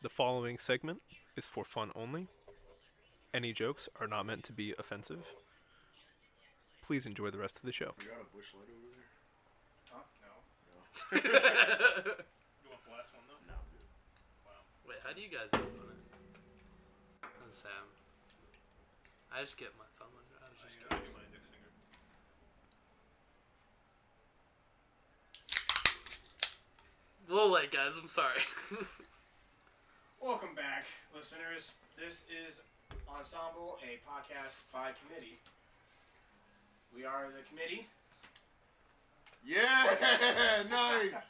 The following segment is for fun only. Any jokes are not meant to be offensive. Please enjoy the rest of the show. We got a bush light over there? Huh? No. You want the last one though? No, dude. Wait, how do you guys open it? And Sam. I just get my thumb under it. I was I just gotta curious. do my index finger. A little late, guys. I'm sorry. Welcome back, listeners. This is Ensemble, a podcast by committee. We are the committee. Yeah, nice.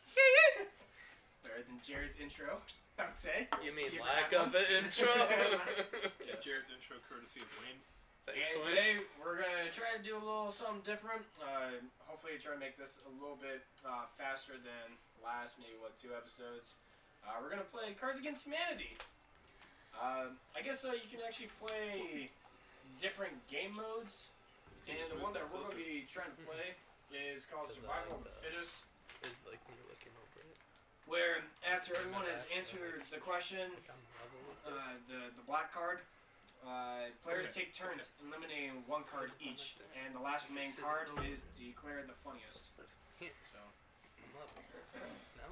Better than Jared's intro, I would say. you mean lack of an intro? Yeah, Jared's intro courtesy of Wayne. And today we're gonna try to do a little something different. Uh, hopefully, try to make this a little bit uh, faster than last maybe what two episodes. Uh, we're gonna play Cards Against Humanity. Um I guess uh, you can actually play different game modes, and the one that we're gonna be trying to play is called Survival of the Fittest It's like me looking over it. where after everyone has answered the question, Like I'm level with uh, this. the the black card, uh, players take turns eliminating one card each, and the last remaining card is declared the funniest. So I'm level. No?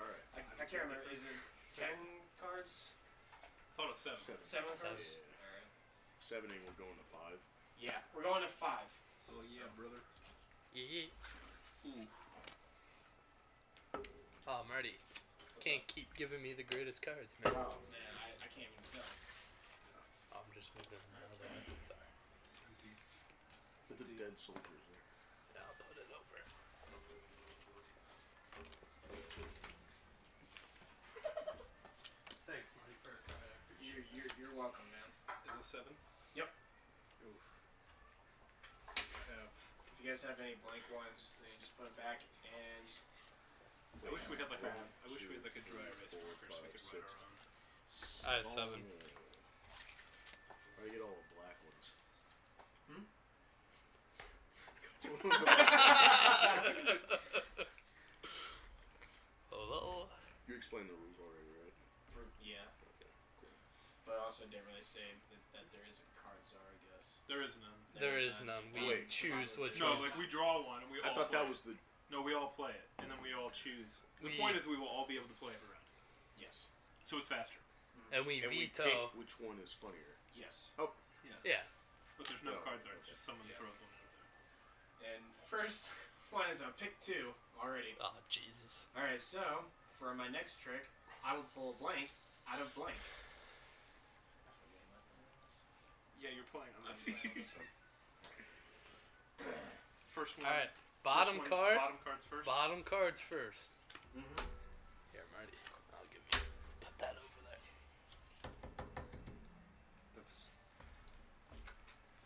All right. I, I can't remember. Is it ten cards? Thought it was seven. Seven. Oh, Seven Seven. cards? Seven and we're going to five. Yeah, we're going to five. Oh, yeah, brother. Yeah. Ooh. Oh, Marty. What's Can't keep giving me the greatest cards, man. up? Oh man, I, I can't even tell. I'm just moving my other one. Sorry. With the dead soldiers there. Yeah, I'll put it over. Thanks, Marty, for a card. You're you're, you're welcome, man. Is it seven? If you guys have any blank ones, then you just put it back and just I wish we had like a. One, I wish we had like a dry erase two, marker so five, we could six. write our I have seven. own. I get all the black ones. Hmm? Hmm? Hello. you explained the rules already, right? For, yeah. But also, I didn't really say that, that there is a card czar, I guess. There is none. There is none. Wait. We choose what No, choice. like we draw one and we I all. thought play that it. was the. No, we all play it and then we all choose. The We- point is we will all be able to play it around. Yes. So it's faster. and we And we veto. pick which one is funnier. Yes. Oh. Yes. Yeah. But there's no No, cards there. It's okay. just someone Yeah. throws one out there. And first one is a pick two already. Oh Jesus. Alright, so for my next trick, I will pull a blank out of blank. Yeah, you're playing on this. Alright, First one. All right. first Bottom one- card. Bottom cards first. Bottom cards first. Mhm. Here, Marty. I'll give you. Put that over there. That's.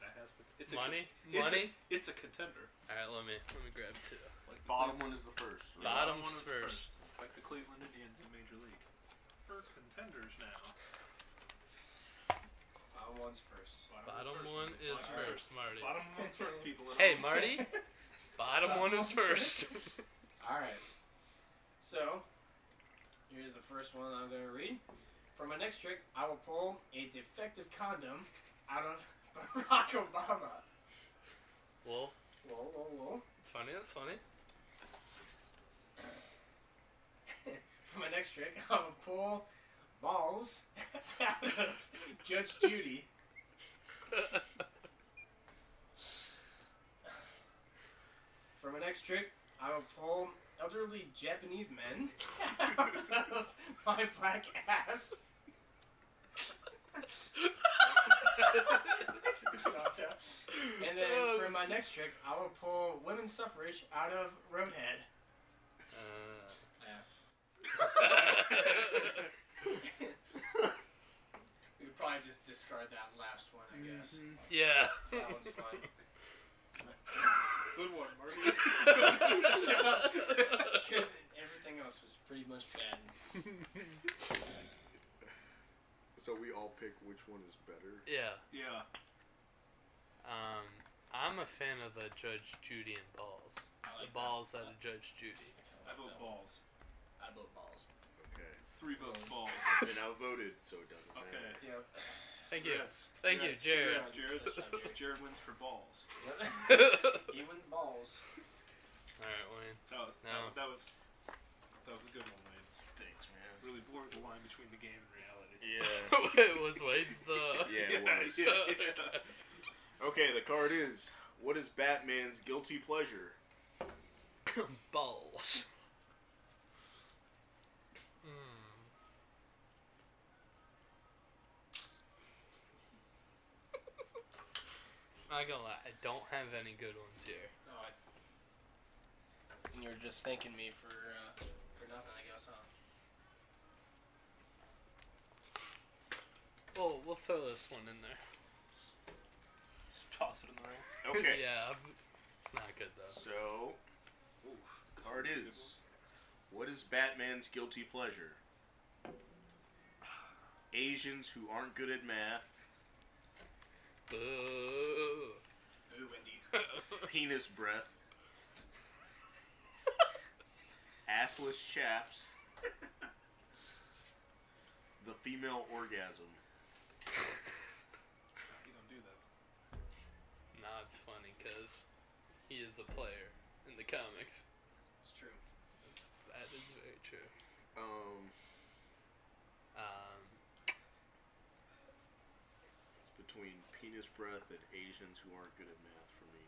That has been. It's Money? A, con- Money? It's a, it's a contender. All right, let me let me grab two. Like the Bottom one is the first. Right? Cle- Bottom. one is the first. Like the Cleveland Indians in Major League. We're contenders now. Bottom one's first. Bottom one is Bottom first, Marty. Bottom one's first, people. Hey, Marty. Bottom Bottom one is one's first. first. Alright. So, here's the first one I'm going to read. For my next trick, I will pull a defective condom out of Barack Obama. well, Whoa, whoa, whoa. it's funny. That's funny. For my next trick, I'm gonna pull balls out of Judge Judy. For my next trick, I will pull elderly Japanese men out of my black ass. and then Um, for my next trick, I will pull women's suffrage out of Roadhead. uh. We would probably just discard that last one, I guess. Mm-hmm. yeah. That one's fine. Good one, Marty. Everything else was pretty much bad. So we all pick which one is better. yeah. yeah. Um, I'm a fan of the Judge Judy and balls. I The like balls that. out of Judge Judy. I kinda I like that vote one. balls. I vote balls. Okay. It's three votes Balls. balls. And outvoted, so it doesn't matter. Okay. Yep. Thank you. Congrats. Thank you, Congrats. Jared. Congrats, Jared. Jared. Jared wins for balls. Yep. Alright, he went balls. Wayne. That was, No. that, that was that was a good one, Wayne. Thanks, man. Really blurred the line between the game and reality. Yeah. Wait, was Wayne's the. Yeah, it was. yeah, yeah. Okay, the card is what is Batman's guilty pleasure? Balls. Mm. Not gonna lie, I don't have any good ones here. Oh, I- and you're just thanking me for uh, for nothing, I guess, huh? Well, we'll throw this one in there. Just toss it in the ring. Okay. yeah, I'm- it's not good though. So, Ooh, card is what is Batman's guilty pleasure? Asians who aren't good at math, Boo. Boo, Wendy. penis breath, assless chaps, the female orgasm. You don't do that. nah, it's funny because he is a player in the comics. It's true. That is very true. Um, Um, it's between penis breath and Asians who aren't good at math for me.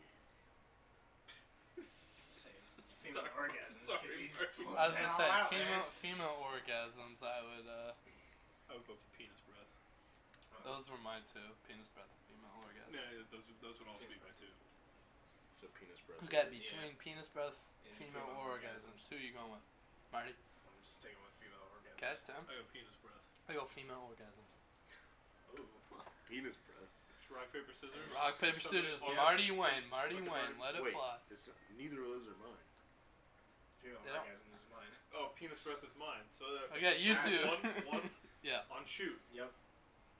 Same. Female orgasms. Sorry, Jesus. Murray. Pulls I was that gonna all say out, man. female female orgasms. I would. Uh, I would go for penis breath. those were my two. Penis breath, and female orgasm. Yeah, yeah, those would- those would also be my two. So penis breath. You got Yeah. between penis breath, And female, female orgasms. Who are you going with, Marty? I'm sticking with female orgasms. Cash time. I go penis breath. I go female orgasms. Ooh. Penis breath. It's rock paper scissors. Rock paper Somebody- scissors. Oh, Marty so- win. Marty look at win. Let it Wait, fly. it's neither of those are mine. Female They don't- orgasms is mine. Oh, penis breath is mine. So uh, I got you I two. have One, Oh, one Yeah. on shoot. Yep.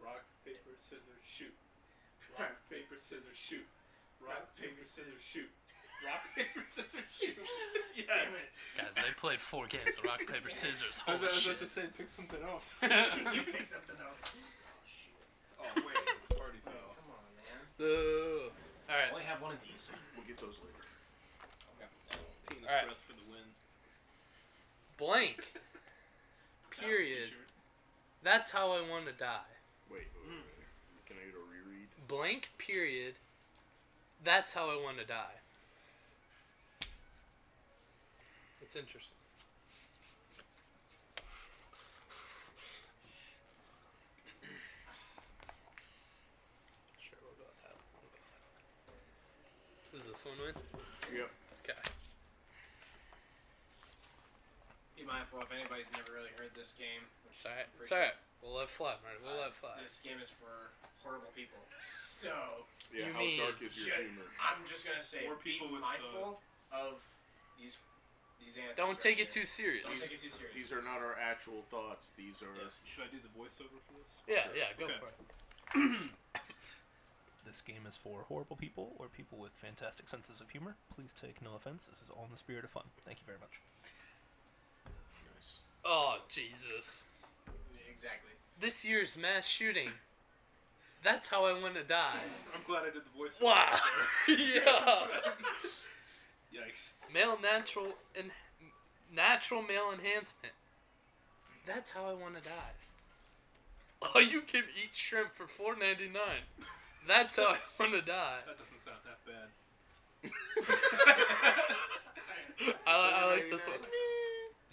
Rock paper scissors shoot. Rock paper scissors shoot. Rock paper scissors shoot. Rock paper scissors shoot. Damn yes. it. Guys, they played four games of rock paper scissors. I was, Holy I was shit. about to say pick something else. you pick something else. Oh, shit. Oh wait, party fell. Come on, man. Ooh. All I right. only have one of these. We'll get those later. Penis All right. breath for the win. Blank. That one's Period. insured. That's how I want to die. Wait, wait, Mm. wait. can I get a reread? Blank. Period. That's how I want to die. It's interesting. Sure, we'll go with that. one. Is this one win? Yep. Okay. Be mindful if anybody's never really heard this game. Which It's alright. I'm It's pretty alright. We'll let it fly, Marty. We'll let it sure fly. This game is for horrible people. So Yeah, You how mean- dark is your Shit. humor? I'm just gonna say, Or people be with, uh, mindful of these these answers. Don't right take it here. too serious. Don't take it too serious. These are not our actual thoughts. These are. Yes. Should I do the voiceover for this? Yeah, yeah, go Okay. for it. This game is for horrible people or people with fantastic senses of humor. Please take no offense. This is all in the spirit of fun. Thank you very much. Nice. Oh, Jesus. Exactly. This year's mass shooting. That's how I want to die. I'm glad I did the voiceover. Wow. yeah. Yikes. Male natural and natural male enhancement. That's how I want to die. Oh, you can eat shrimp for four ninety nine. That's how I want to die. That doesn't sound that bad. I, I like this one.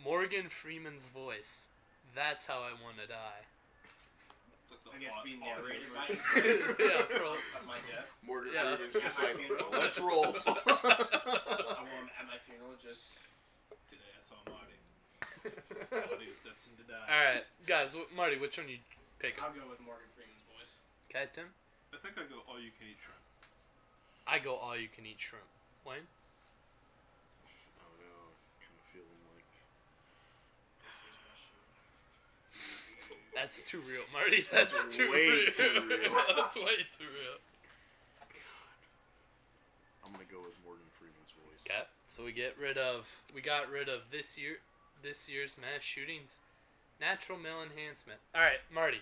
Morgan Freeman's voice. That's how I want to die. It's like the I guess au- being audio narrated by version. his voice. yeah, for, At my death, Morgan Yeah. Freeman's just like, well, let's roll. Oh, I will Um, at my funeral just. Today I saw Marty. All Marty was destined to die. right, guys. wh- Marty, which one you pick? I'll go with Morgan Freeman's voice. Okay, Tim. I think I go all you can eat shrimp. I go all you can eat shrimp. Wayne. Oh no, kind of feeling like. This year's mass shooting. That's too real, Marty. That's That's too way real. too real. That's way too real. I'm gonna go with Morgan Freeman's voice. Okay, so we get rid of we got rid of this year this year's mass shootings, Natural male enhancement. All right, Marty.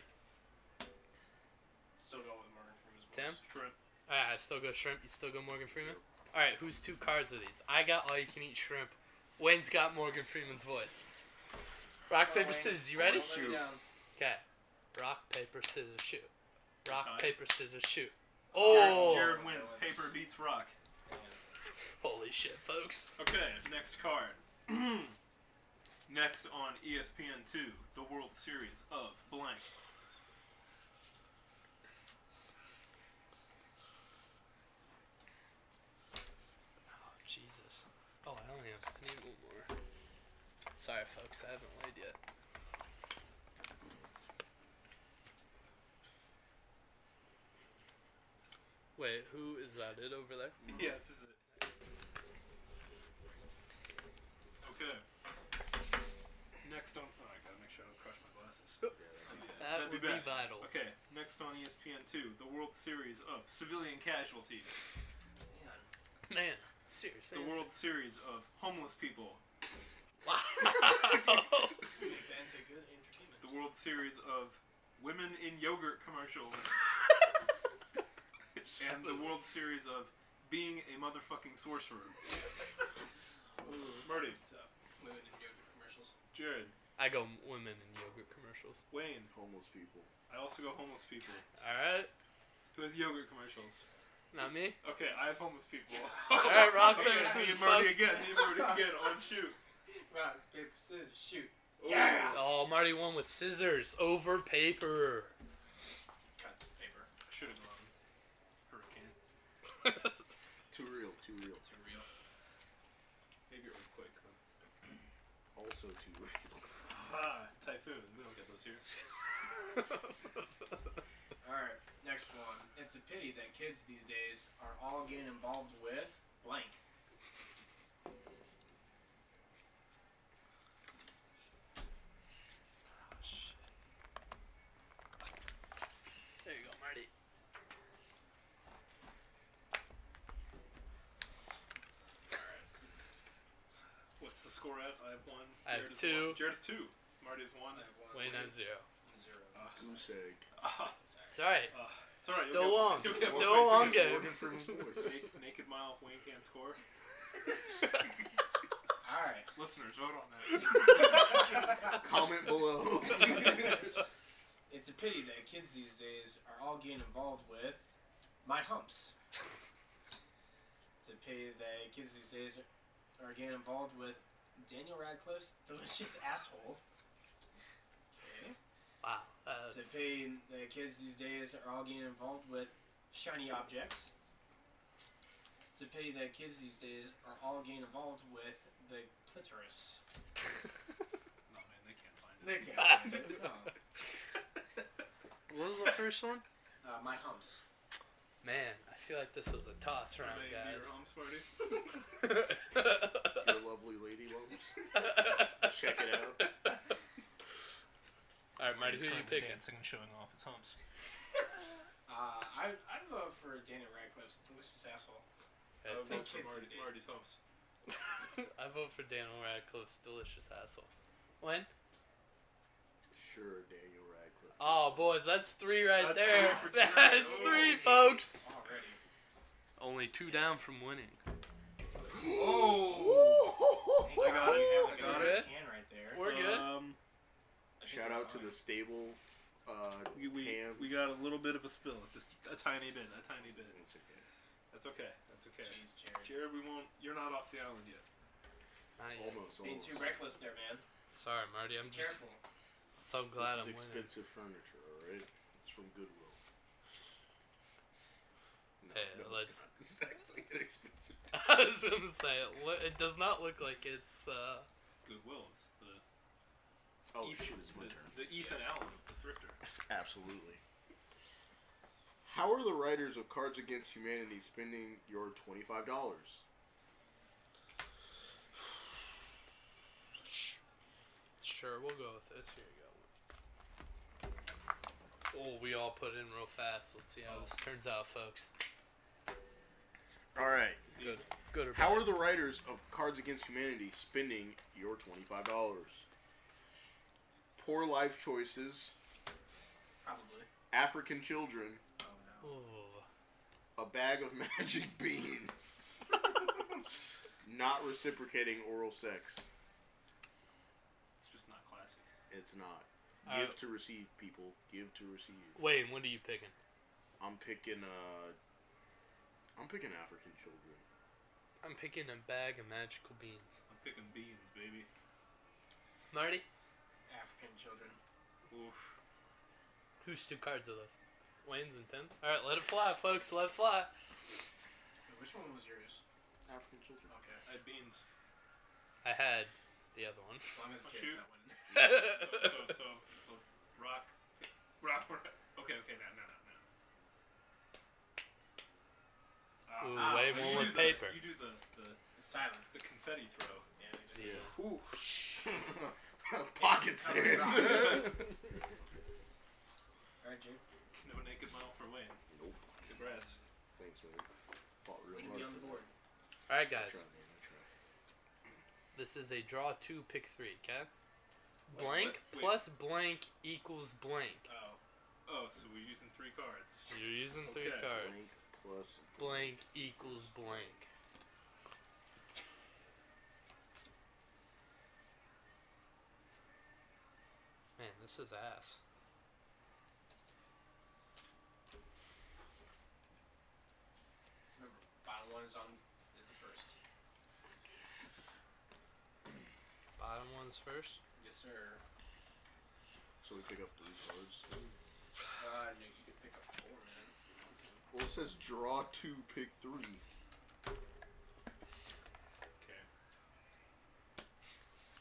Still go with Morgan from his voice. Tim? Shrimp. All right, I still go shrimp. You still go Morgan Freeman. All right, whose two cards are these? I got all you can eat shrimp. Wayne's got Morgan Freeman's voice. Rock Oh, paper Wayne. scissors. You ready? Don't let me Shoot. down. Okay. Rock paper scissors shoot. Time. Rock paper scissors shoot. Oh, Oh. Jared, Jared wins. Paper beats rock. holy shit, folks! Okay, next card. next on E ESPN2, the World Series of blank. Oh Jesus. Oh, I only have I need one more. Sorry, folks, I haven't laid yet. Wait, who is that? It over there? Yeah, this is it. Okay. Next on. Oh, I gotta make sure I don't crush my glasses. Yeah, That that'd would be bad. be vital. Okay, next on E ESPN2, the World Series of Civilian Casualties, Man. Man, seriously. the World Series of Homeless People, Wow. Event a good entertainment. the World Series of Women in Yogurt Commercials, and the World Series of Being a Motherfucking Sorcerer. Marty, Stuff. Women in yogurt commercials. Jared, I go women in yogurt commercials. Wayne, Homeless people. I also go homeless people. All right, Who has yogurt commercials? not me. Okay, I have homeless people. Alright, Rob, Okay, there's me these and Marty folks. again, me and Marty again on shoot. Rock, paper, scissors, shoot. Ooh. Yeah. Oh, Marty won with scissors over paper. Cuts paper. I should have gone hurricane. Too real, too real. Too real. Maybe earthquake. Then. Also too real. Ah, typhoon. We don't get those here. Alright, next one. It's a pity that kids these days are all getting involved with blank. there you go, Marty. What's the score at? I have one. I have is two. One. Jared's two. Marty's one. Wayne has zero. Zero. Goose egg. Ah, It's all right. ah. It's alright. Still on. Still on Naked, game. Morgan Freeman's voice. naked mile. Wayne can't score. Alright. Listeners, vote on that. Comment below. It's a pity that kids these days are all getting involved with my humps. It's a pity that kids these days are getting involved with Daniel Radcliffe's delicious asshole. Okay. Wow. It's That's, a pity that kids these days are all getting involved with shiny objects. It's a pity that kids these days are all getting involved with the clitoris. Oh, No man, they can't find it. They can't find it. Oh. what was the first one? Uh, my humps. Man, I feel like this was a toss round, Maybe guys. you're home, Marty. Your lovely lady lumps. Check it out. All right, Marty, who you picking? dancing and showing off his humps. Uh, I, I'd vote for Daniel Radcliffe's delicious asshole. Okay. I would vote for Kisses Marty's, is- Marty's humps. I vote for Daniel Radcliffe's delicious asshole. When? Sure, Daniel Radcliffe. Oh, boys, that's three right That's there. three for tonight. that's three, Oh. folks. Already. Only two down from winning. I got it. I got You it. good? Can right there. We're good. Um, I think Shout we're out to fine. the stable. Uh, we, we, hands. we got a little bit of a spill. Just a tiny bit. A tiny bit. It's okay. That's okay. That's okay. Jeez, Jared. Jared, we won't. You're not off the island yet. Not yet. Almost, Being almost. too reckless there, man. Sorry, Marty. I'm just Careful. so glad I'm this is winning. expensive furniture, all right? It's from Goodwill. No, Hey, no, let's- It's not. This is actually an expensive. I was gonna say it, lo- it does not look like it's. Uh, Goodwill. It's the Oh Ethan, shit! It's my the, turn. the Ethan Allen of the Thrifter. Absolutely. How are the writers of Cards Against Humanity spending your twenty-five dollars? sure, we'll go with this. Here you go. Oh, we all put in real fast. Let's see how this turns out, folks. All right. Good, good or bad? How are the writers of Cards Against Humanity spending your twenty-five dollars? poor life choices, Probably. African children, Oh no. Ooh. a bag of magic beans, not reciprocating oral sex. It's just not classic. It's not. Uh, Give to receive, people. Give to receive. Wayne, what are you picking? I'm picking. Uh, I'm picking African children. I'm picking a bag of magical beans. I'm picking beans, baby. Marty, African children. Oof. whose two cards are those? Wayne's and Tim's. All right, let it fly, folks. Let it fly. Wait, which one was yours? African children. Okay. I had beans. I had the other one. As long as Oh, Jake's shoot. not winning. So, so, so, so rock, rock, rock. Okay, okay, no, no, no, no. Ah, Ooh, ah, way but more you with do this- paper. You do the, the, It's silent. the confetti throw. Yeah, we did. Yeah. Ooh. Pockets Cover in. it up. Alright, Jake. No naked mile for Wayne. Nope. Congrats. Thanks, man. Fought Way real to hard. be on for the that. board. All right, I guys. tried, man, I tried. This is a draw two, pick three. Okay. Wait, Blank what? Wait. plus blank equals blank. Oh. Oh, so we're using three cards. You're using three Okay. cards. Blank plus Blank equals blank. Man, this is ass. Remember, bottom one is on is the first. Bottom one's first. Yes, sir. So we pick up three cards. Uh, no, you could pick up four, man. Well, it says draw two, pick three. Okay.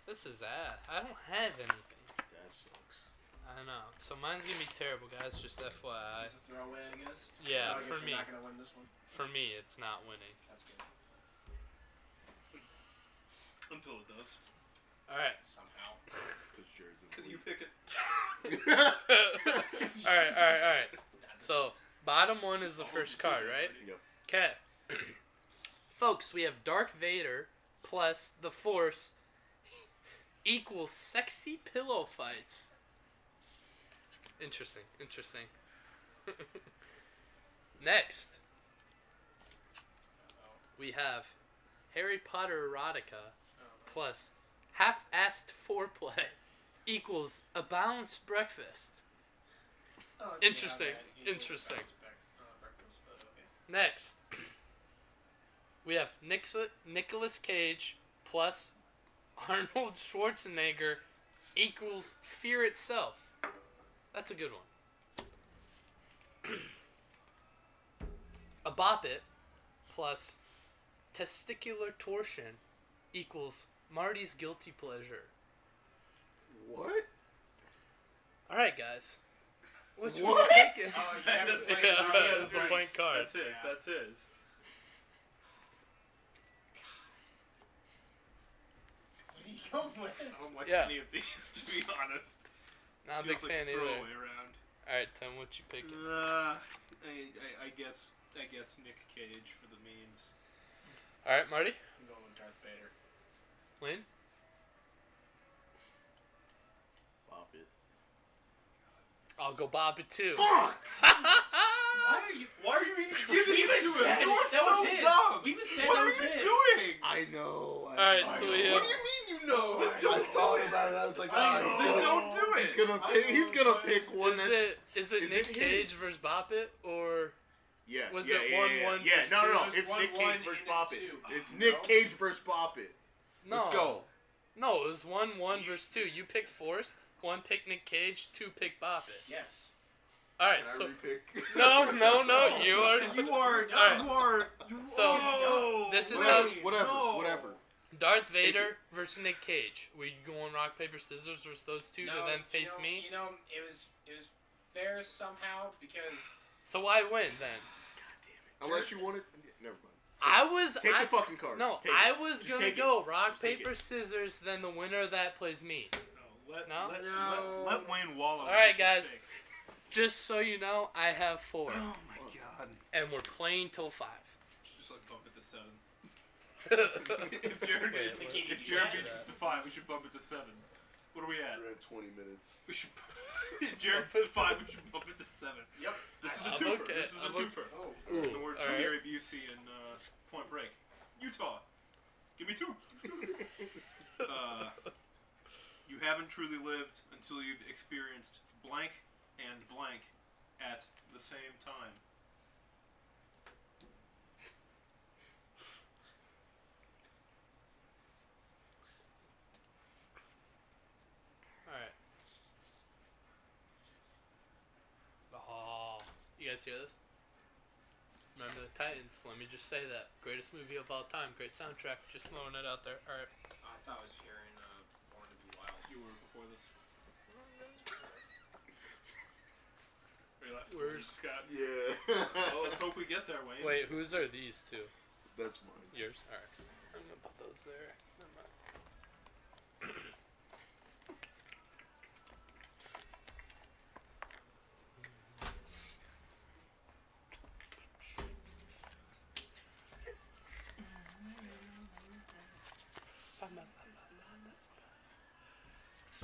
This is ass. I don't have anything. That sucks. I know. So mine's gonna be terrible, guys. Just FYI. Just a throwaway, I guess. Yeah, so I guess for you're me. not gonna win this one. For me, it's not winning. That's good. Until it does. All right. Somehow. Because Jared's in Because the you pick it. lead. all right. All right. All right. Not this So bottom one is the first card, right? Yep. Okay. Folks, we have Darth Vader plus the Force equals sexy pillow fights. Interesting, interesting. Next, we have Harry Potter erotica Oh, plus half-assed foreplay equals a balanced breakfast. let's see how Interesting, that equals interesting. bounce back- uh, breakfast, but okay. Next, we have Nix- Nicolas Cage plus Arnold Schwarzenegger equals Fear itself. That's a good one. a bop it plus testicular torsion equals Marty's guilty pleasure. What? All right, guys. Which one What? are you Oh, you That's haven't it. played Yeah, it. that's That's a right. point card. That's his. Yeah. That's his. What are you going with? I don't like Yeah. any of these, to be honest. Not a big Feels like fan either. throwaway round. All right, Tim, what you picking? Uh, I, I, I guess I guess Nick Cage for the memes. All right, Marty. I'm going with Darth Vader. Win. Pop it. I'll go Bob it too. Fuck! Why are you? Why are you even giving even it to said him? you're That was so his. dumb. We even said what that are was you his. doing? I know. I Alright, know. so I we know. have- What do you mean you know? Then I don't thought do it. about it. I was like, I nah, know. he's Then gonna- don't do Oh. He's it. gonna I pick. He's know, gonna but- pick one is that. it is it is Nick it Cage his? versus Bop It or Yeah. was yeah, it yeah, one, yeah, one Yeah. versus No, two? no, no. There's It's one, Nick one, Cage versus and Bop then It. two. It's No. Nick Cage versus Bop It. no? Let's go. No, it was one one versus two. You pick Force, one pick Nick Cage, two pick Bop It. Yes. All right, Can I so repick? No, no, no, you are- You are. Alright. You are. You So, are. this is Wayne, how- Whatever. no. Whatever. Darth it. Vader versus Nick Cage. We go on rock paper scissors versus those two to then face you know, me. You know, it was it was fair somehow because So I win then. Unless you want it. Never mind. I was Take I, the fucking card. no, Take I it. was Just gonna take it. go rock Just take paper it. scissors. Then the winner of that plays me. No. Let, No? Let, No. Let, let Wayne wallow. in Alright, his guys. mistakes. Just so you know, I have four, Oh my god. and we're playing till five. Should Just like bump it to seven. if Jared, Wait, if what? Jared Yeah, beats that. us to five, we should bump it to seven. What are we at? We're at 20 minutes. We should. Jared put five. We should bump it to seven. Yep. This is a I'm twofer. okay, This is a I'm okay. twofer. Oh, Ooh, The word all right. Gary Busey and uh, Point Break. Utah. Give me two. Uh, you haven't truly lived until you've experienced blank and blank at the same time. Alright. Oh, you guys hear this? Remember the Titans? Let me just say that. Greatest movie of all time. Great soundtrack. Just throwing it out there. Alright. I thought I was hearing uh, Born to Be Wild. You were before this. Are you laughing? Where's- Scott? yeah. Oh, let's hope we get there, Wayne. Wait, whose are these two? That's mine. Yours? Alright. I'm gonna put those there. Never mind.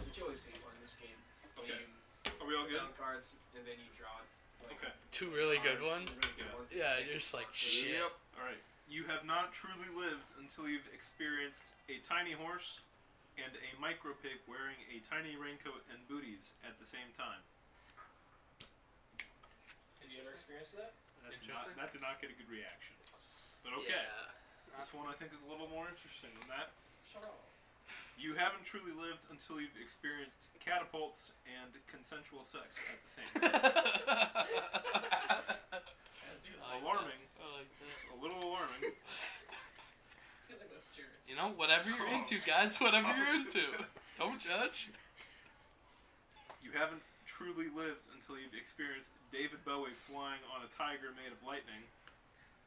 Which you always hate on this game. When Okay. You Are we all put good? down cards and then you draw. Like, Okay. Two really good card- ones? Really good ones. Yeah, you're just like, shit. Yep. All right. You have not truly lived until you've experienced a tiny horse and a micro pig wearing a tiny raincoat and booties at the same time. Have you ever experienced that? That did Interesting. not, that did not get a good reaction. But okay. This one I think is a little more interesting than that. Shut up. You haven't truly lived until you've experienced catapults and consensual sex at the same time. Alarming. I like this. It's a little alarming. I feel like that's Jared's. You know, whatever you're into, guys, whatever you're into. Don't judge. You haven't truly lived until you've experienced David Bowie flying on a tiger made of lightning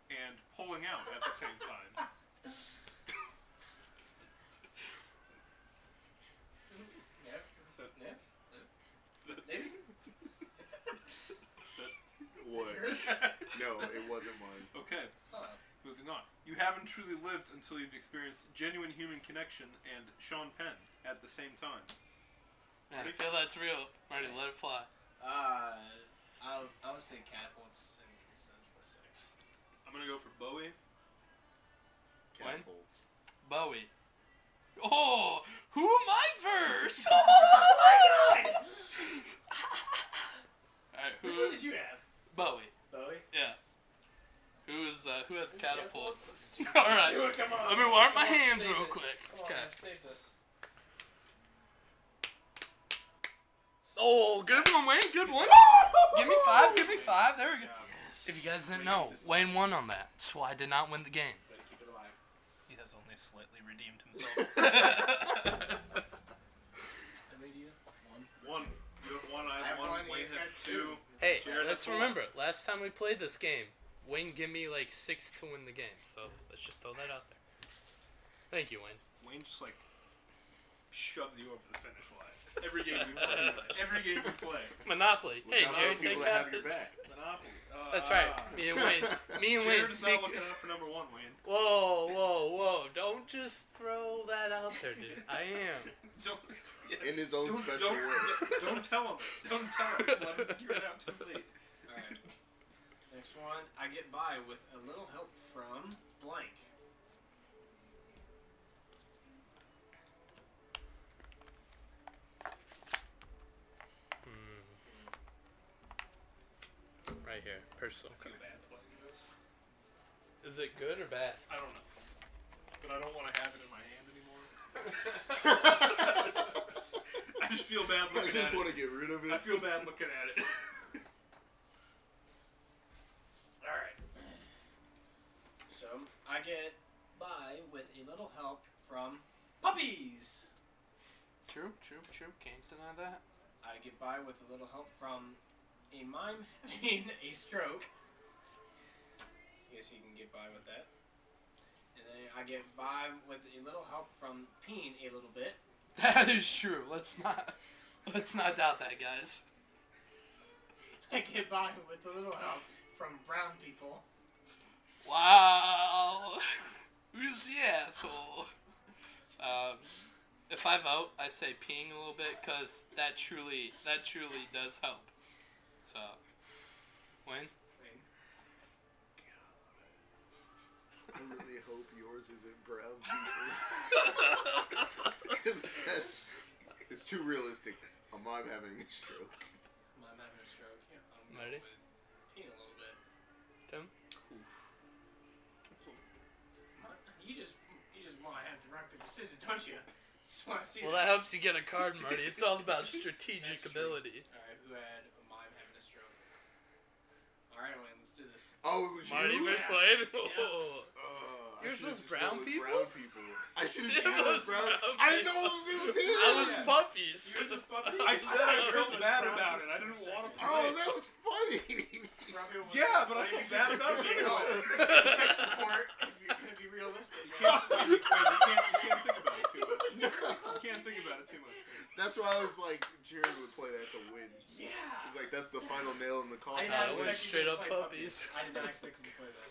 and pulling out at the same time. Yep. So- Yep. so- Maybe. What? Yours? No, it wasn't mine. Okay, Huh. moving on. You haven't truly lived until you've experienced genuine human connection and Sean Penn at the same time. Man, I feel that's real. Marty, let it fly. Uh, I would- I would say catapults and consensual sex. I'm gonna go for Bowie. When? Catapults. Bowie. Oh, who am I verse? Oh Alright, Which one who? did you have? Bowie. Bowie. Yeah. Who is uh, who had the catapults? Catapults? All right. Dude, come on. Let me warm my Come on, hands save real it. Oh, quick. Come on, Okay. man, save this. Oh, good one, Wayne. Good one. give me five. Give me five. There we go. If you guys didn't know, Wayne won on that, so I did not win the game. Better keep it alive. He has only slightly redeemed himself. How many do you? have? One. one. You have one. I I have have one. one, Wayne he's has got two. two. hey, Jared let's has one. remember, last time we played this game, Wayne gave me like six to win the game, so let's just throw that out there. Thank you, Wayne. Wayne just like shoves you over the finish line. Every game we play. Every game we play. Monopoly. Look Hey, out for Jared, the take people that. have your That's, back. Ah. Monopoly. Uh, that's right. Me and Wayne. Me and Wayne. Jared's not Secret. looking out for number one, Wayne. Whoa, whoa, whoa! Don't just throw that out there, dude. I am. Don't. yeah. In his own Don't, special don't, way. don't- don't tell him. Don't tell him. Let him figure it out too late. All right. Next one. I get by with a little help from blank. Hmm. Right here, personal. I feel bad playing this. Is it good or bad? I don't know. But I don't want to have it in my hand anymore. I just feel bad I looking just at want it. to get rid of it. I feel bad looking at it. All right. So I get by with a little help from puppies. True, true, true. Can't deny that. I get by with a little help from a mime having a stroke. I guess you can get by with that. And then I get by with a little help from peeing a little bit. That is true. Let's not, let's not doubt that, guys. I get by with a little help from brown people. Wow. Who's the asshole? Um, If I vote, I say peeing a little bit because that truly that truly does help. So, when Wait. I really hope yours isn't brown because that is too realistic. A mom having a stroke. I'm having a stroke. Yeah, I'm Ready? going with peeing a little bit. Tim, Huh? You just you just want to have the rock paper scissors, don't you? Just want to see. well that helps you get a card, Marty. It's all about strategic That's true. ability. All right, who had a mime having a stroke? All right, Wayne, let's do this. Oh, it was Marty you. versus Yeah. Lane. Oh, I Yours should've was just brown went with people? brown people. I should have It just went with was brown. brown I didn't know people. it was his. I was puppies. Yours was puppies? I said Yours I felt was bad brown about it. I people didn't for a want second. to Oh, that was funny. Rock, paper, Yeah, scissors. but I Why feel you bad just about keep it. going? Tech support, if you're gonna be realistic. You can't, wait, wait, you can't, you No. can't think about it too much. You can't think about it too much. That's why I was like, Jared would play that to win. Yeah. He's like, that's the final nail in the I coffin. did Uh, not it All went expect right, straight you to up play puppies. I did not expect him to play that.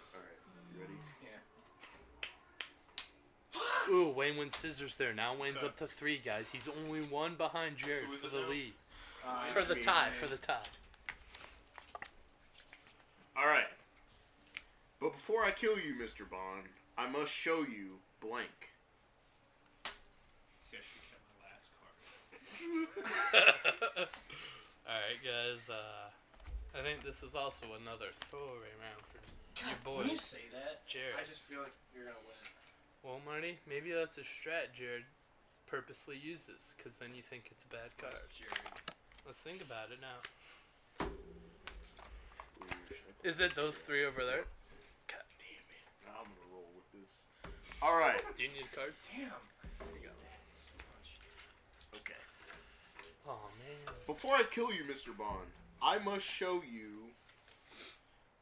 you ready? Ooh, Wayne wins scissors there. Now Wayne's Okay. up to three guys. He's only one behind Jared Who is for it the now? lead. Uh, For it's the me, tie, Wayne. for the tie. All right. But before I kill you, Mr. Bond, I must show you blank. See, I should kept my last card. Alright, guys, uh, I think this is also another throwaway round for God, Your When you boys. say that, Jared. I just feel like you're gonna win. Well, Marty, maybe that's a strat Jared purposely uses, because then you think it's a bad card. Jared. Let's think about it now. Ooh, should I put Is it this those here? three over there? God damn it. Now I'm gonna roll with this. All right. Do you need a card? Damn. you go. So much. Okay. Oh, man. Before I kill you, Mr. Bond, I must show you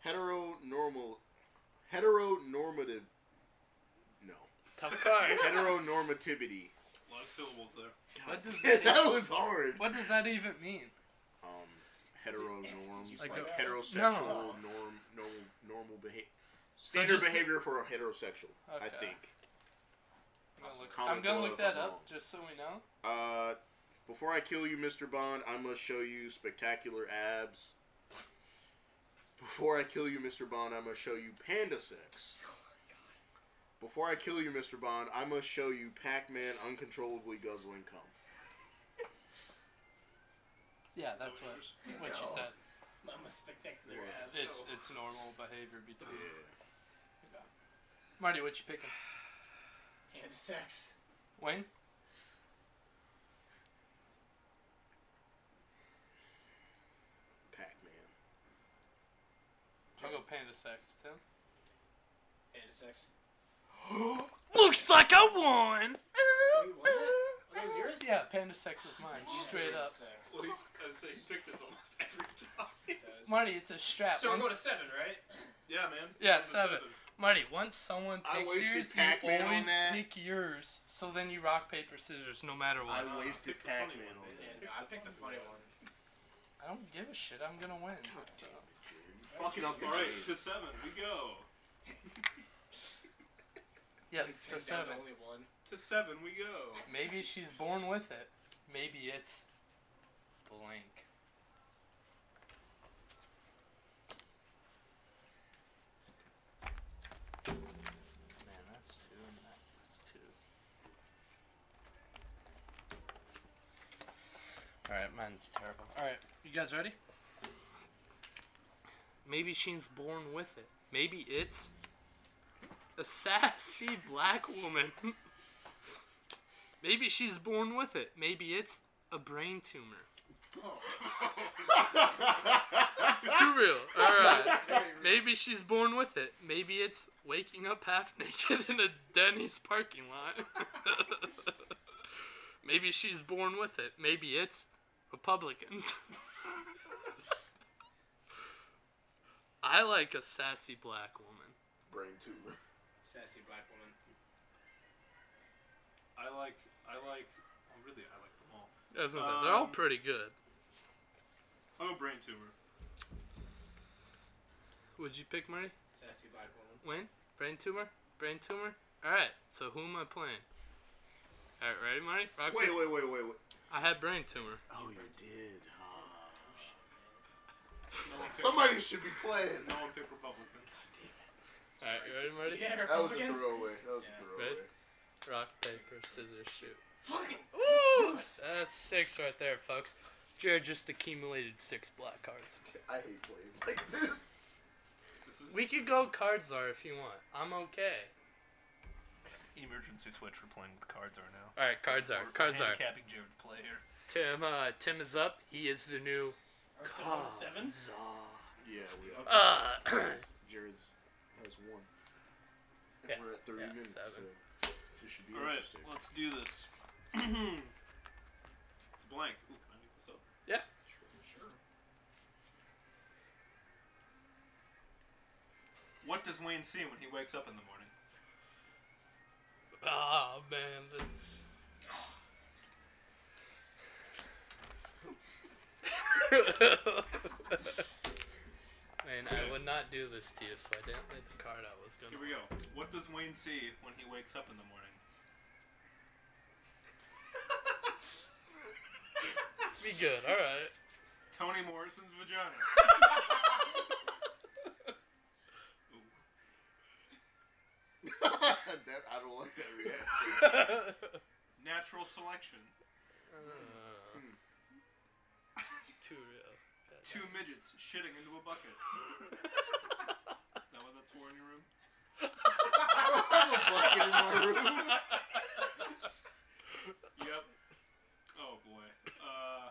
heteronormal, heteronormative. No. Tough card. Heteronormativity. A lot of syllables there. What does Damn, that that was hard. What does that even mean? Um, heteronorm, Did you like, say that? heterosexual uh, No. norm, normal, normal behavior. Standard just- behavior for a heterosexual, I Okay. think. I'm gonna look, Common I'm gonna law look if I'm that up wrong. just so we know. Uh, before I kill you, Mr. Bond, I must show you spectacular abs. Before I kill you, Mr. Bond, I must show you panda sex. Oh Before I kill you, Mr. Bond, I must show you Pac-Man uncontrollably guzzling cum. Yeah, Is that that's what, yours- what you No. said. I'm a spectacular Yeah. abs. It's, so- it's normal behavior between. Yeah. Marty, what you picking? and sex. Wayne? Pac-Man. I'll go panda sex, Tim. And sex. Looks like I won! Wait, what? Oh, that was yours? Yeah, panda sex is mine, Yeah, straight and up. sex. Well, he, as I say, he picked us almost every time. It does. Marty, it's a strap. So we're Once- going to seven, right? Yeah, man. Yeah, seven. Number Marty, once someone I picks wasted yours, you Pac-Man on always that. pick yours. So then you rock paper scissors, no matter I what. I, Uh, wasted pick the funny Pac-Man one, on man. that. Yeah, no, I picked the funny one. don't give a shit. I'm gonna win. God damn it, Jared. You fucking up the All right, game. to seven. We go. Yes, Turns so down seven. only one. To seven we go. Maybe she's born with it. Maybe it's blank. Man, that's two and that- that's two. Alright, mine's terrible. Alright, you guys ready? Maybe she's born with it. Maybe it's a sassy black woman. Maybe she's born with it. Maybe it's a brain tumor. Oh. Too real. Alright. Very rude. Maybe she's born with it. Maybe it's waking up half naked in a Denny's parking lot. Maybe she's born with it. Maybe it's Republicans. I like a sassy black woman. Brain tumor. Sassy black woman. I like, I like, well, really, I like them all. That's what I'm saying. They're all Um, pretty good. I'm a brain tumor. Would you pick Marty? Sassy black woman. Wayne? Brain tumor? Brain tumor? Alright, so who am I playing? All right, ready, Marty? Rock, Wait, paper- wait, wait, wait, wait. I had brain tumor. Oh, you did. huh? No one picked- Somebody should be playing. No one picked Republicans. All right, you ready, Marty? Yeah, That was a Republicans. throwaway. That was Yeah. a throwaway. Rock, paper, scissors, shoot. Fucking Woo! That's six right there, folks. Jared just accumulated six black cards. I hate playing like this. This is We could go cards are if you want. I'm okay. Emergency switch for playing with cards are now. All right, cards are. Cards are. Handicapping Jared's play here. Tim. Uh, Tim is up. He is the new. Are we still on the seven? Cards are. Yeah, we are. Uh, Jared's has one. And Yeah, we're at 30 yeah, minutes, seven. so this should be All right, interesting. let's do this. it's blank. Ooh, can I make this up? Sure. What does Wayne see when he wakes up in the morning? oh man, that's. man, I would not do this to you, so I didn't make the card I was gonna. Here we go. What does Wayne see when he wakes up in the morning? Let's be good. All right. Toni Morrison's vagina. Ooh. that, I don't like that reaction. Natural selection. Uh, too real. God Two midgets shitting into a bucket. Is that what that's for in your room? I don't have a bucket in my room. Yep. Oh boy. Uh.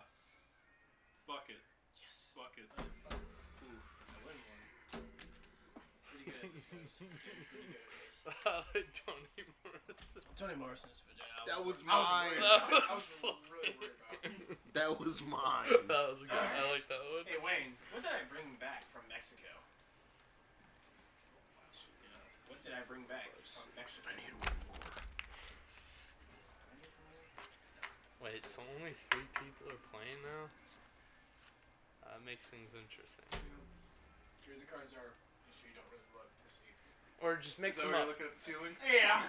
Bucket. Yes. Bucket. I Ooh. win one. Pretty good at this, guys. Pretty good at damn. this. Toni Morrison. Tony Morrison's vagina. That was I mine. worried about it. That I was was really fucking- worried about it. That was mine. That was good. I like that one. Hey Wayne, what did I bring back from Mexico? You know, what did I bring back from Mexico? I need one more. Wait, so only three people are playing now? That makes things interesting. Drew, the cards are. so you don't really look to see. Or just mix Is that them where up. you're looking at the ceiling? Yeah.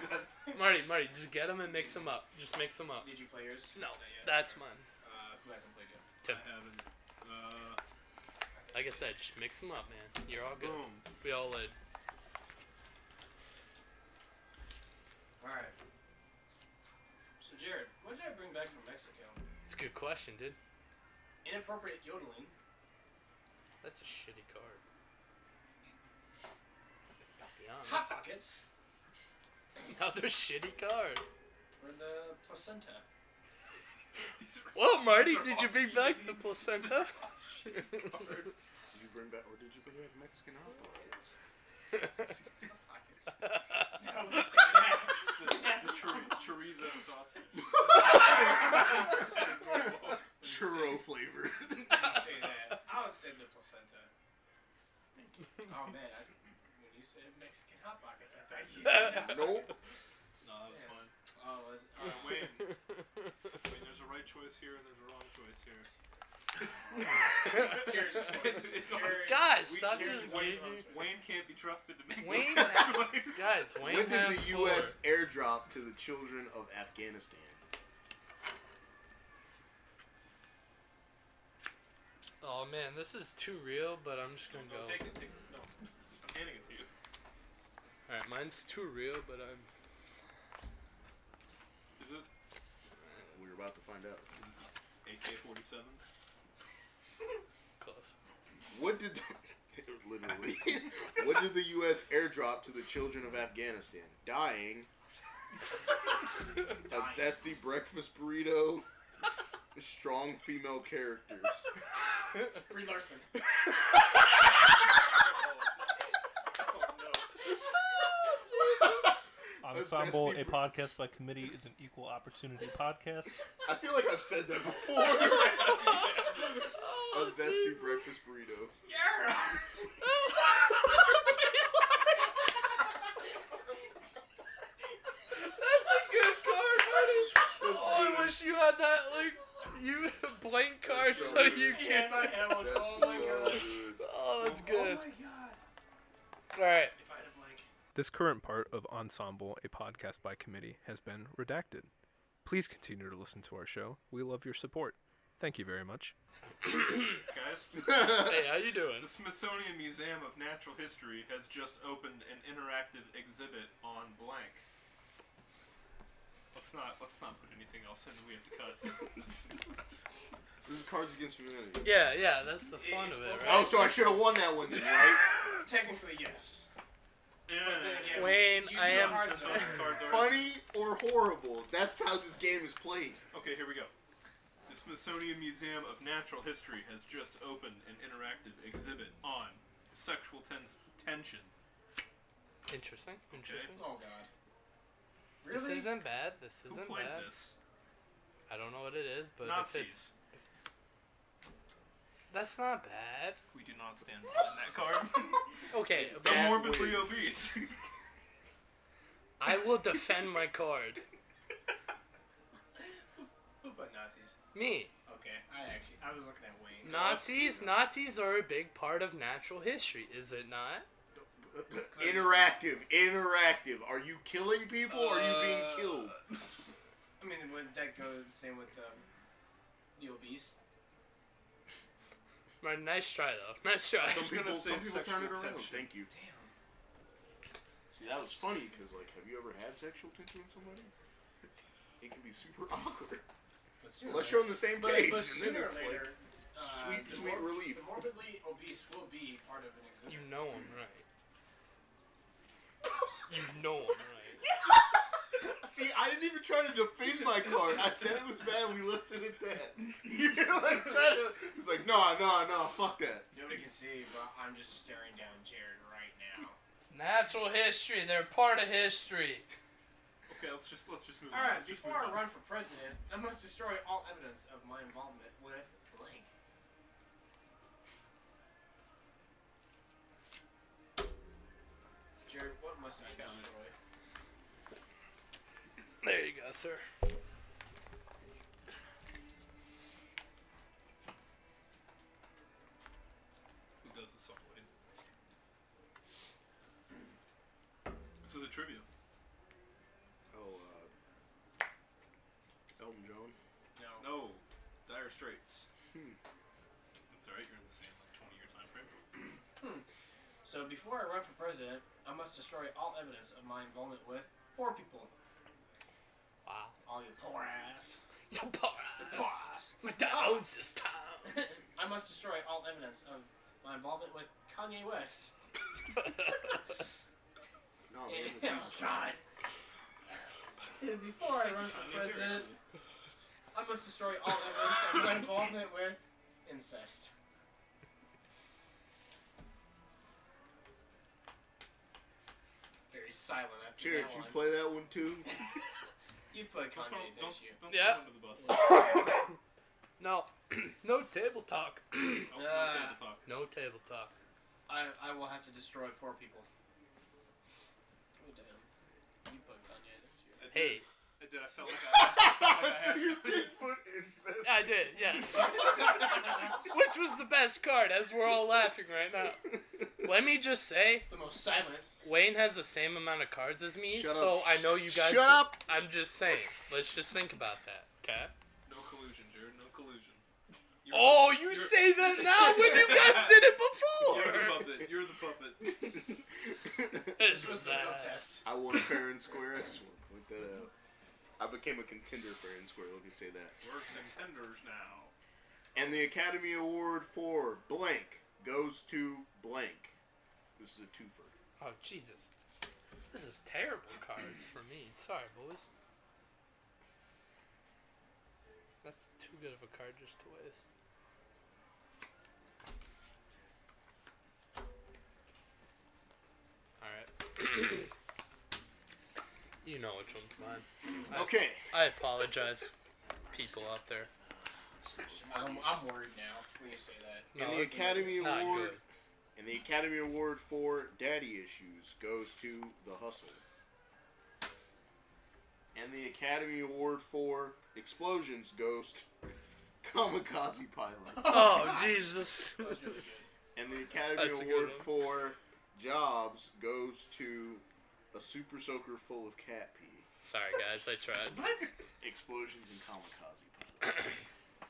Marty, Marty, just get them and mix them up. Just mix them up. did you play yours? No, Not yet. that's mine. Uh, who hasn't played yet? I Tim, haven't. Uh. like I said, just mix them up, man. You're all good. Boom. We all led. All right. So Jared, what did I bring back from Mexico? It's a good question, dude. Inappropriate yodeling. That's a shitty card. I'll be honest. Hot pockets. Another shitty card. Or the placenta. These are- Well, Marty, these are did you all bring back shitty- the placenta? these are all shitty cards. Did you bring back, or did you bring back Mexican hot pockets? Pockets. I was saying that. The, the chori- chorizo sausage. Churro flavored. you say that. I would say the placenta. Oh man, I, when you said Mexican hot pockets, I thought you said. nope. No, that was fun. Oh, was, All right, oh, Wayne. Wayne, there's a right choice here and there's a wrong choice here. Jared's choice. It's Jared- Guys, We- stop Jared's just Wayne- giving. Wayne can't be trusted to make Wayne- the right choice. Guys, Wayne When did has the four. U.S. airdrop to the children of Afghanistan? Oh man, this is too real, but I'm just gonna No, go. take it, take it. No, I'm handing it to you. All right, mine's too real, but I'm. Is it We're about to find out. AK-47s? Close. What did the, literally? what did the U.S. airdrop to the children of Afghanistan? Dying. A zesty breakfast burrito. Strong female characters. Brie Larson. Ensemble, Ensemble, a a podcast by committee, is an equal opportunity podcast. I feel like I've said that before. Oh, A zesty breakfast burrito. Yeah. Good card, buddy. Oh, That's I wish you had that like you blank card so so you good. Yeah, can. my head good. was- That's oh so my god. good. Oh, that's good. Oh my god. All right. If I had a blank. This current part of Ensemble, a podcast by committee, has been redacted. Please continue to listen to our show. We love your support. Thank you very much. Guys, Hey, how you doing? the Smithsonian Museum of Natural History has just opened an interactive exhibit on blank. Let's not let's not put anything else in. that We have to cut. this is Cards Against Humanity. Yeah, yeah, that's the fun It's of it, full- Oh, right? so I should have won that one, then, right? Technically, yes. But then again, Wayne, using I the am. hard That's all side- the cards are. Funny or horrible? That's how this game is played. Okay, here we go. The Smithsonian Museum of Natural History has just opened an interactive exhibit on sexual tens- tension. Interesting. Interesting. Oh god. This Really? isn't bad. This Who isn't played bad. this? I don't know what it is, but if it's Nazis. that's not bad. We do not stand behind that card. Okay, the but That morbidly wins. obese. I will defend my card. Who put Nazis? Me. Okay, I actually I was looking at Wayne. Nazis, Nazis are a big part of natural history, is it not? Interactive, interactive. Are you killing people or are you being Uh, killed? I mean, wouldn't that go the same with um, the obese? Right, nice try though. Nice try. Some- I was gonna People, say some people turn it sexual around. tension. Thank you. Damn. See, that was funny because, like, have you ever had sexual tension with somebody? It can be super awkward But sooner, unless or you're on the same later, page, but, but and then sooner or it's later, uh, sweet, the sweet mor- relief. The morbidly obese will be part of an You exhibit. know him right. You know him right. like. See, I didn't even try to defend my card. I said it was bad, and we left it at that. You're like trying to. It's like, nah, nah, nah, fuck that. Nobody can see, but I'm just staring down Jared right now. It's natural history. They're part of history. okay, let's just let's just move All on. right, Let's just before move I on. run for president, I must destroy all evidence of my involvement with blank. Jared, what must I Count it. destroy? There you go, sir. Who does this all Wade? This is a trivia. Oh, uh, Elton John. No. No, Dire Straits. Hmm. That's alright. You're in the same like 20 year time frame. So before I run for president, I must destroy all evidence of my involvement with poor people. Wow. All Oh, you poor ass. Your Poor boss. ass. McDonald's this time. I must destroy all evidence of my involvement with Kanye West. No, man, And- it's oh, Jesus. God. And before I run for Kanye president, Barry. I must destroy all evidence of my involvement with incest. Very silent after Jared, that you one. play that one too? you played Don't, Kanye, don't, didn't you? don't Yeah. throw him under the bus. No, no table talk. Oh, no Ah. table talk. No table talk. I, I will have to destroy poor people. Oh damn! You put Kanye this year. I Hey, did- I did. I felt like I, so you did put incest. I did, yes. Which was the best card as we're all laughing right now. Let me just say, It's the most silent. Wayne has the same amount of cards as me, Shut so up. I know you guys. Shut up! I'm just saying. Let's just think about that, okay? no collusion, Jared. No collusion. You're, Oh, you you're- say that now when you guys did You're the it before! puppet. You're the puppet. This This was was the real that. test. I won fair and square. I just want to point that out. I became a contender fair and square. Let me say that. We're contenders now. And the Academy Award for blank goes to blank. This is a twofer. Oh, Jesus. This is terrible cards for me. Sorry, boys. That's too good of a card just to waste. Alright. you know which one's mine. I- Okay. I apologize, people out there. I'm, I'm worried now when you say that. No, And the it's- Academy it's not Award- good. And the Academy Award for daddy issues goes to The Hustle. And the Academy Award for explosions goes to Kamikaze Pilots. Oh, Jesus. That was really good. And the Academy That's a good Award for one. jobs goes to A Super Soaker Full of Cat Pee. Sorry, guys, I tried. What? Explosions and kamikaze. pilots.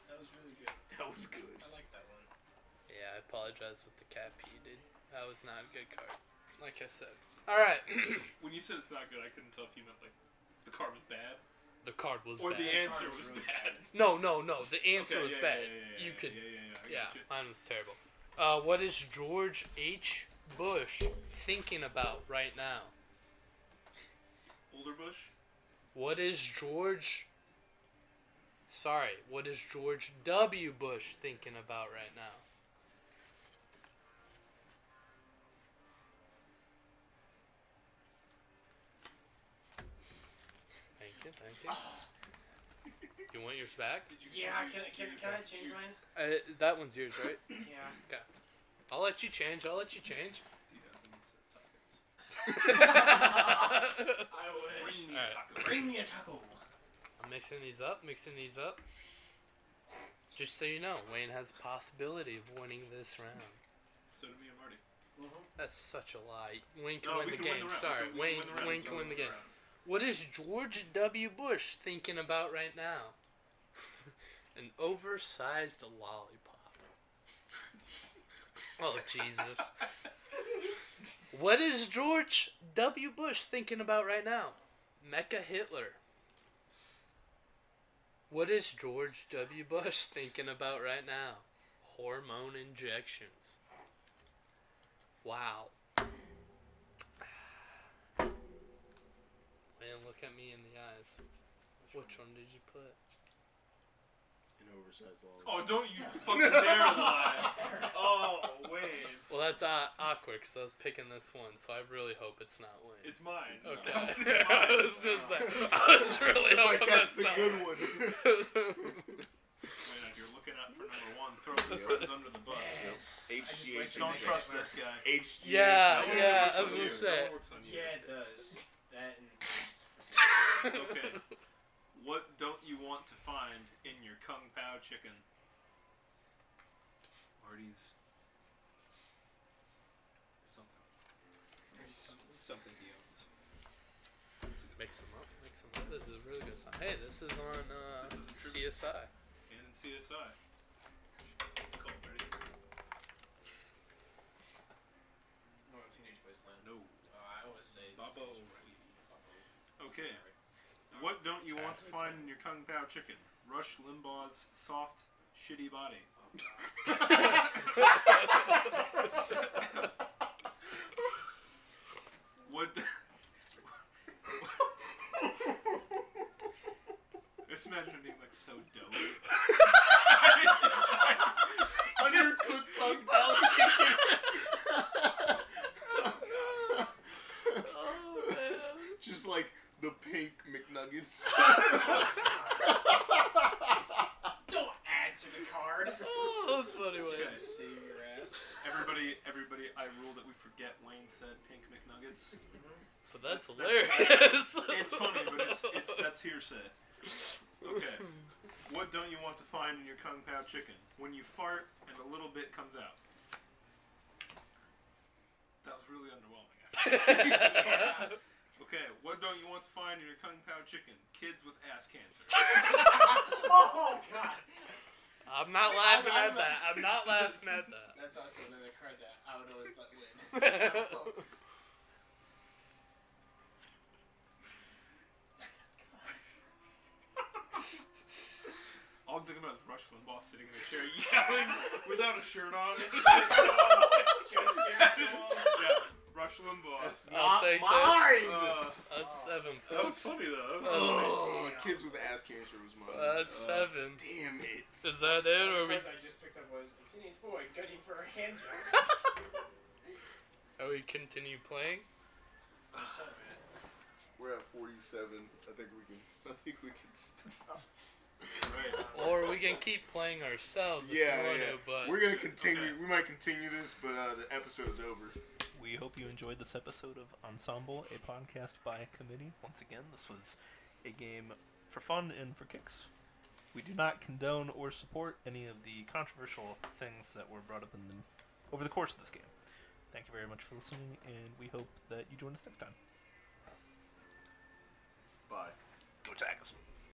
That was really good. that was good. I like that one. Yeah, I apologize with the cat pee, dude. That was not a good card. Like I said. Alright. When you said it's not good, I couldn't tell if you meant like the card was bad the card was or bad. the answer Card was really was bad. no, no, no. The answer was Okay, yeah, yeah, bad. yeah, yeah, yeah, you yeah, could. Yeah, yeah, yeah. I Yeah, got you. mine was terrible. Uh, what is George H. Bush thinking about right now? Older Bush. What is George. Sorry, what is George W. Bush thinking about right now? Thank you, thank you. You want yours back? Did you? Yeah, you- can, can, you- can I change you- mine? Uh, that one's yours, right? Yeah. I'll let you change. I'll let you change. Yeah, I think it says tacos. I'm I Bring me Alright. tacos. Bring me a taco. mixing these up, mixing these up. Just so you know, Wayne has a possibility of winning this round. So do me and Marty. That's such a lie. Wayne can No, win the we can game. win the round. Sorry, We can- we Wayne, can win the round. Wayne can win the game. What is George W. Bush thinking about right now? An oversized lollipop. Oh, Jesus. What is George W. Bush thinking about right now? Mecha Hitler. What is George W. Bush thinking about right now? Hormone injections. Wow. Man, look at me in the eyes. Which one did you put? An oversized log. Oh, don't you fucking dare lie! Oh, wait, Well, that's uh, awkward because I was picking this one, so I really hope it's not Wayne. it's mine. okay. It's I mine. was just like, I was really It's like hoping that's that's the not good Wayne. one. Wait, if you're looking out for number one, throw his friends under the bus. HGH. Don't Yeah. trust this guy. HGH. Yeah, No one yeah, works I on was gonna you. say. No one works on you. Yeah, it does. That and it's- Okay. What don't you want to find in your kung pao chicken? Marty's. Something. Something he owns. That's a good Mix them up, mix them up. This is a really good song. Hey, this is on uh, This is a true- CSI. song. And in CSI. It's called Marty. No, Teenage Wasteland. No. Oh, I always say it's Bubba Teenage O'Ree. Wasteland. Okay. Sorry. What don't you want to Sorry. find in your kung pao chicken? Rush Limbaugh's soft, shitty body. What? The... Just imagine being like so dope. Undercooked kung pao chicken. Oh, man. Just like the pink McNuggets. Don't add to the card. Oh, that's funny, Just to Wayne. save your ass. everybody, everybody, I rule that we forget Wayne said pink McNuggets. But that's That's- hilarious. It's funny, but it's, it's that's hearsay. Okay. What don't you want to find in your kung pao chicken? When you fart and a little bit comes out. That was really underwhelming. actually. okay. What don't you want to find in your kung pao chicken? Kids with ass cancer. oh god. I'm not laughing I'm- at that. I'm not laughing at that. That's also another card that I would always let win. So- All I'm thinking about is Rush Limbaugh sitting in a chair yelling without a shirt on. Just guarantee him. yeah, Rush Limbaugh. That's not I'll take that. mine. uh, That's seven. that was folks. funny though. That was- oh, kids with ass cancer was mine. That's Uh, seven. Damn it. Is that it, or are The we cards I just picked up was a teenage boy gunning for a hand job. are we continue playing? Oh, We're at 47. I think we can. I think we can stop. Right. Or we can keep playing ourselves if Yeah, you want yeah. to, but We're gonna continue. Okay. We might continue this, but uh, the episode's over. We hope you enjoyed this episode of Ensemble, a podcast by committee. Once again, this was a game for fun and for kicks. We do not condone or support any of the controversial things that were brought up in the, over the course of this game. Thank you very much for listening, and we hope that you join us next time. Bye. Go Tigers.